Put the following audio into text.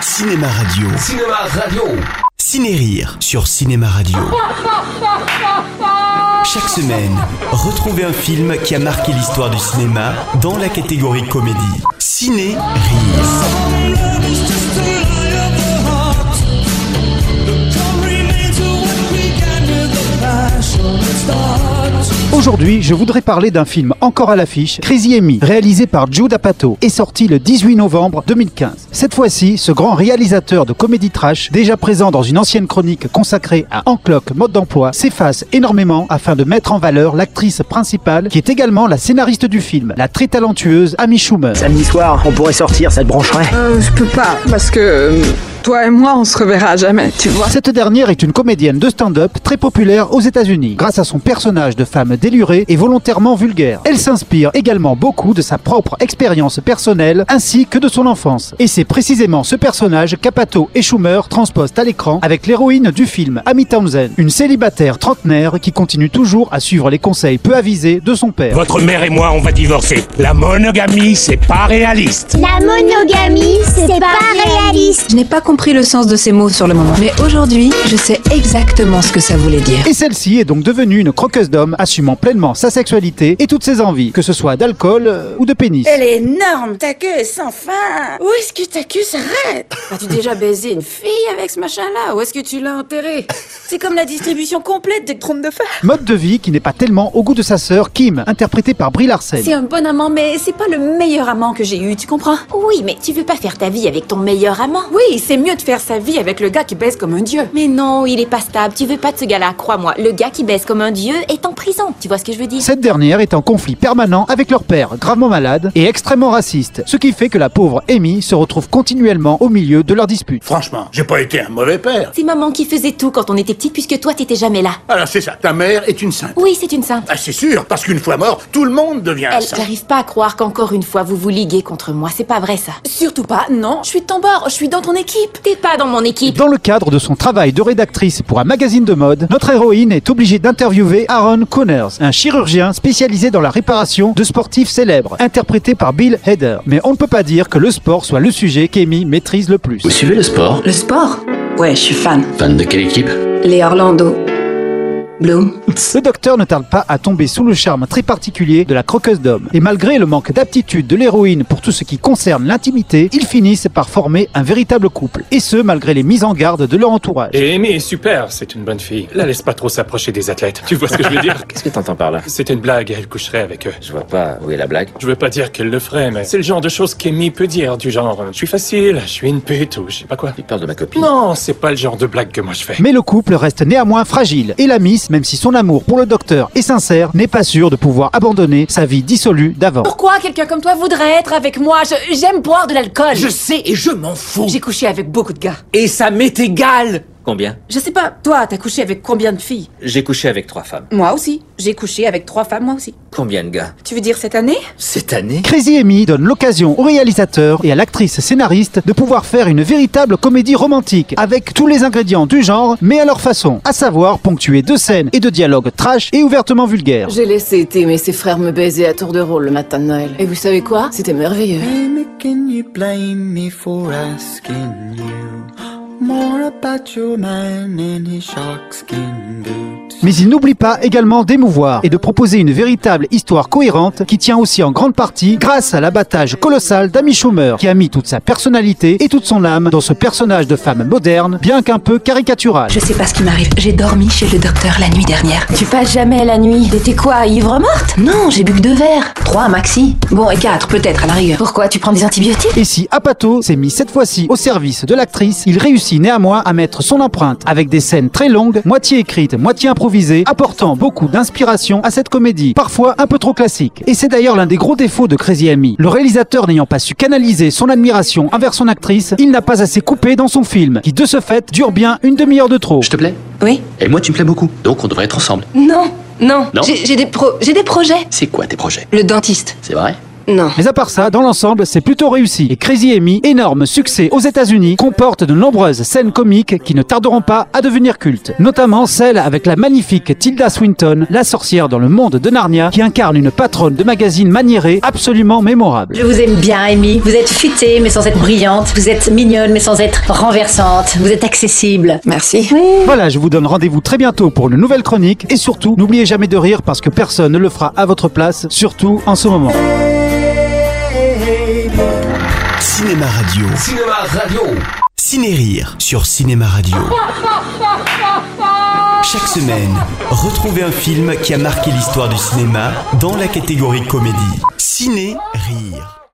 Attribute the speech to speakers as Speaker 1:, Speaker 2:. Speaker 1: Cinéma Radio.
Speaker 2: Cinéma Radio.
Speaker 1: Ciné-Rire sur Cinéma Radio. Chaque semaine, retrouvez un film qui a marqué l'histoire du cinéma dans la catégorie comédie. Ciné-Rire.
Speaker 3: Aujourd'hui, je voudrais parler d'un film encore à l'affiche, Crazy Amy, réalisé par Jude Apatow et sorti le 18 novembre 2015. Cette fois-ci, ce grand réalisateur de comédie trash, déjà présent dans une ancienne chronique consacrée à Encloque, mode d'emploi, s'efface énormément afin de mettre en valeur l'actrice principale qui est également la scénariste du film, la très talentueuse Amy Schumer.
Speaker 4: Samedi soir, on pourrait sortir, ça te brancherait.
Speaker 5: Euh, je peux pas, parce que euh, toi et moi, on se reverra jamais, tu vois.
Speaker 3: Cette dernière est une comédienne de stand-up très populaire aux États-Unis, grâce à son personnage de femme délurée et volontairement vulgaire. Elle s'inspire également beaucoup de sa propre expérience personnelle ainsi que de son enfance. Et c'est précisément ce personnage qu'Apato et Schumer transposent à l'écran avec l'héroïne du film, Amy Townsend, une célibataire trentenaire qui continue toujours à suivre les conseils peu avisés de son père.
Speaker 6: Votre mère et moi, on va divorcer. La monogamie, c'est pas réaliste.
Speaker 7: La monogamie, c'est pas, réaliste.
Speaker 8: Je n'ai pas compris le sens de ces mots sur le moment, mais aujourd'hui, je sais exactement ce que ça voulait dire.
Speaker 3: Et celle-ci est donc devenue une croqueuse d'hommes assumant pleinement sa sexualité et toutes ses envies, que ce soit d'alcool euh, ou de pénis.
Speaker 9: Elle est énorme, ta queue est sans fin. Où est-ce que ta queue s'arrête
Speaker 10: As-tu déjà baisé une fille avec ce machin-là Où est-ce que tu l'as enterré
Speaker 9: C'est comme la distribution complète des trompes de fer.
Speaker 3: Mode de vie qui n'est pas tellement au goût de sa sœur Kim, interprétée par Brie Larson.
Speaker 10: C'est un bon amant, mais c'est pas le meilleur amant que j'ai eu, tu comprends
Speaker 7: Oui, mais tu veux pas faire ta vie avec ton meilleur amant.
Speaker 10: Oui, c'est mieux de faire sa vie avec le gars qui baise comme un dieu.
Speaker 7: Mais non, il est pas stable. Tu veux pas de ce gars-là, crois-moi. Le gars qui baisse comme un dieu est en prison. Tu vois ce que je veux dire
Speaker 3: Cette dernière est en conflit permanent avec leur père, gravement malade et extrêmement raciste, ce qui fait que la pauvre Amy se retrouve continuellement au milieu de leurs disputes.
Speaker 6: Franchement, j'ai pas été un mauvais père.
Speaker 7: C'est maman qui faisait tout quand on était petite, puisque toi t'étais jamais là.
Speaker 6: Alors c'est ça, ta mère est une sainte.
Speaker 7: Oui, c'est une sainte.
Speaker 6: Ah, c'est sûr, parce qu'une fois mort, tout le monde devient un
Speaker 7: Elle,
Speaker 6: saint.
Speaker 7: j'arrive pas à croire qu'encore une fois vous vous liguez contre moi. C'est pas vrai ça.
Speaker 10: Surtout pas, non, je suis de ton bord, je suis dans ton équipe.
Speaker 7: T'es pas dans mon équipe.
Speaker 3: Dans le cadre de son travail de rédactrice pour un magazine de mode, notre héroïne est obligée d'interviewer Aaron Connors, un chirurgien spécialisé dans la réparation de sportifs célèbres, interprété par Bill Hader. Mais on ne peut pas dire que le sport soit le sujet qu'Amy maîtrise le plus.
Speaker 11: Vous suivez le sport
Speaker 8: Le sport Ouais, je suis fan.
Speaker 11: Fan de quelle équipe
Speaker 8: Les Orlando. Bloom.
Speaker 3: Le docteur ne tarde pas à tomber sous le charme très particulier de la croqueuse d'homme. Et malgré le manque d'aptitude de l'héroïne pour tout ce qui concerne l'intimité, ils finissent par former un véritable couple. Et ce, malgré les mises en garde de leur entourage.
Speaker 12: Et Amy est super, c'est une bonne fille. La laisse pas trop s'approcher des athlètes. Tu vois ce que je veux dire
Speaker 11: Qu'est-ce que t'entends par là
Speaker 12: C'est une blague, elle coucherait avec eux.
Speaker 11: Je vois pas où est la blague.
Speaker 12: Je veux pas dire qu'elle le ferait, mais c'est le genre de choses qu'Amy peut dire, du genre euh, « Je suis facile, je suis une pute » ou je sais pas quoi.
Speaker 11: Tu parles de ma copine
Speaker 12: Non, c'est pas le genre de blague que moi je fais.
Speaker 3: Mais le couple reste néanmoins fragile et la Miss, même si son amour pour le docteur est sincère, n'est pas sûre de pouvoir abandonner sa vie dissolue d'avant.
Speaker 10: Pourquoi quelqu'un comme toi voudrait être avec moi Je- J'aime boire de l'alcool.
Speaker 4: Je sais et je m'en fous.
Speaker 10: J'ai couché avec beaucoup de gars.
Speaker 4: Et ça m'est égal.
Speaker 11: Combien
Speaker 10: Je sais pas, toi, t'as couché avec combien de filles
Speaker 11: J'ai couché avec trois femmes.
Speaker 10: Moi aussi. J'ai couché avec trois femmes, moi aussi.
Speaker 11: Combien de gars
Speaker 10: Tu veux dire cette année
Speaker 11: Cette année
Speaker 3: Crazy Amy donne l'occasion au réalisateur et à l'actrice scénariste de pouvoir faire une véritable comédie romantique avec tous les ingrédients du genre, mais à leur façon, à savoir ponctuer de scènes et de dialogues trash et ouvertement vulgaires.
Speaker 8: J'ai laissé Tim et ses frères me baiser à tour de rôle le matin de Noël. Et vous savez quoi C'était merveilleux.
Speaker 13: Can you blame me for asking you more about your man and his shark skin boots?
Speaker 3: Mais il n'oublie pas également d'émouvoir et de proposer une véritable histoire cohérente qui tient aussi en grande partie grâce à l'abattage colossal d'Amy Schumer qui a mis toute sa personnalité et toute son âme dans ce personnage de femme moderne, bien qu'un peu caricatural.
Speaker 8: Je sais pas ce qui m'arrive. J'ai dormi chez le docteur la nuit dernière. Tu passes jamais la nuit. T'étais quoi, ivre morte Non, j'ai bu que deux verres. Trois maxi. Bon, et quatre peut-être à la rigueur. Pourquoi Tu prends des antibiotiques
Speaker 3: Et si Apato s'est mis cette fois-ci au service de l'actrice, il réussit néanmoins à mettre son empreinte avec des scènes très longues, moitié écrites, moitié improvisées, apportant beaucoup d'inspiration à cette comédie, parfois un peu trop classique. Et c'est d'ailleurs l'un des gros défauts de Crazy Amy. Le réalisateur n'ayant pas su canaliser son admiration envers son actrice, il n'a pas assez coupé dans son film, qui de ce fait dure bien une demi-heure de trop.
Speaker 11: Je te plais
Speaker 8: Oui.
Speaker 11: Et moi, tu me plais beaucoup. Donc, on devrait être ensemble.
Speaker 8: Non, non.
Speaker 11: Non
Speaker 8: J'ai j'ai des pro- j'ai des projets.
Speaker 11: C'est quoi tes projets
Speaker 8: Le dentiste.
Speaker 11: C'est vrai
Speaker 8: Non.
Speaker 3: Mais à part ça, dans l'ensemble, c'est plutôt réussi. Et Crazy Amy, énorme succès aux États-Unis, comporte de nombreuses scènes comiques qui ne tarderont pas à devenir cultes. Notamment celle avec la magnifique Tilda Swinton, la sorcière dans le monde de Narnia, qui incarne une patronne de magazine maniérée absolument mémorable.
Speaker 2: Je vous aime bien, Amy. Vous êtes futée, mais sans être brillante. Vous êtes mignonne, mais sans être renversante. Vous êtes accessible. Merci.
Speaker 3: Voilà, je vous donne rendez-vous très bientôt pour une nouvelle chronique. Et surtout, n'oubliez jamais de rire parce que personne ne le fera à votre place, surtout en ce moment.
Speaker 1: Cinéma Radio. Cinéma Radio. Ciné-Rire sur Cinéma Radio. Chaque semaine, retrouvez un film qui a marqué l'histoire du cinéma dans la catégorie comédie. Ciné-Rire.